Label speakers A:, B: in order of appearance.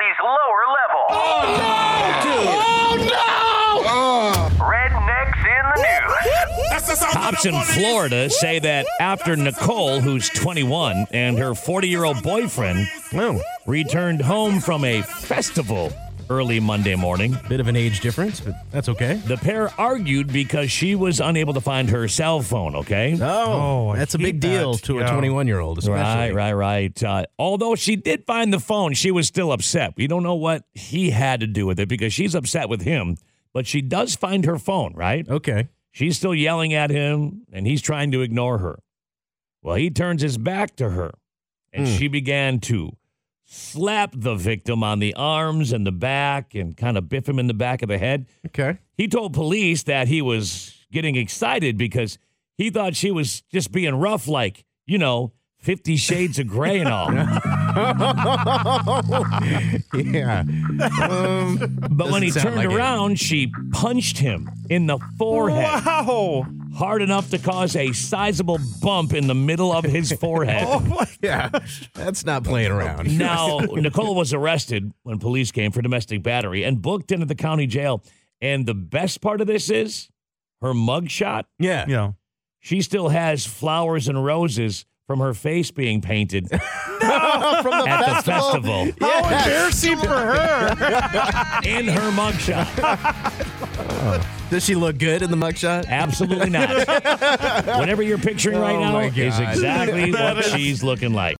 A: society's lower level. Rednecks in the news.
B: Cops in Florida say that after Nicole, who's 21, and her 40 year old boyfriend returned home from a festival early Monday morning,
C: Bit of an age difference, but that's okay.
B: the pair argued because she was unable to find her cell phone, okay?
C: Oh,
D: I
C: that's a
D: hate
C: big deal
D: that.
C: to a
D: Yeah.
C: 21 year old, especially.
B: Right, right, right. Uh, although she did find the phone, she was still upset. We don't know what he had to do with it because she's upset with him, but she does find her phone, right?
C: Okay.
B: She's still yelling at him, and he's trying to ignore her. Well, he turns his back to her, and
C: Hmm.
B: she began to slap the victim on the arms and the back and kind of biff him in the back of the head.
C: Okay.
B: He told police that he was getting excited because he thought she was just being rough, like, you know, 50 Shades of Grey and all.
C: Yeah. Um,
B: But when
C: Doesn't
B: he
C: sound
B: turned
C: like it.
B: around, she punched him in the forehead.
D: Wow.
B: hard enough to cause a sizable bump in the middle of his forehead.
C: Oh. yeah. That's not playing around.
B: Now, Nicole was arrested when police came for domestic battery and booked into the county jail. And the best part of this is her mugshot.
C: Yeah.
D: You know.
B: She still has flowers and roses from her face being painted
C: Oh, From the Oh,
B: at the festival
D: How embarrassing for her.
B: in her mugshot.
C: Does she look good in the mugshot?
B: Absolutely not. Whatever you're picturing right
C: Oh
B: now
C: my
B: is
C: God.
B: exactly
D: That
B: what
D: is-
B: she's looking like.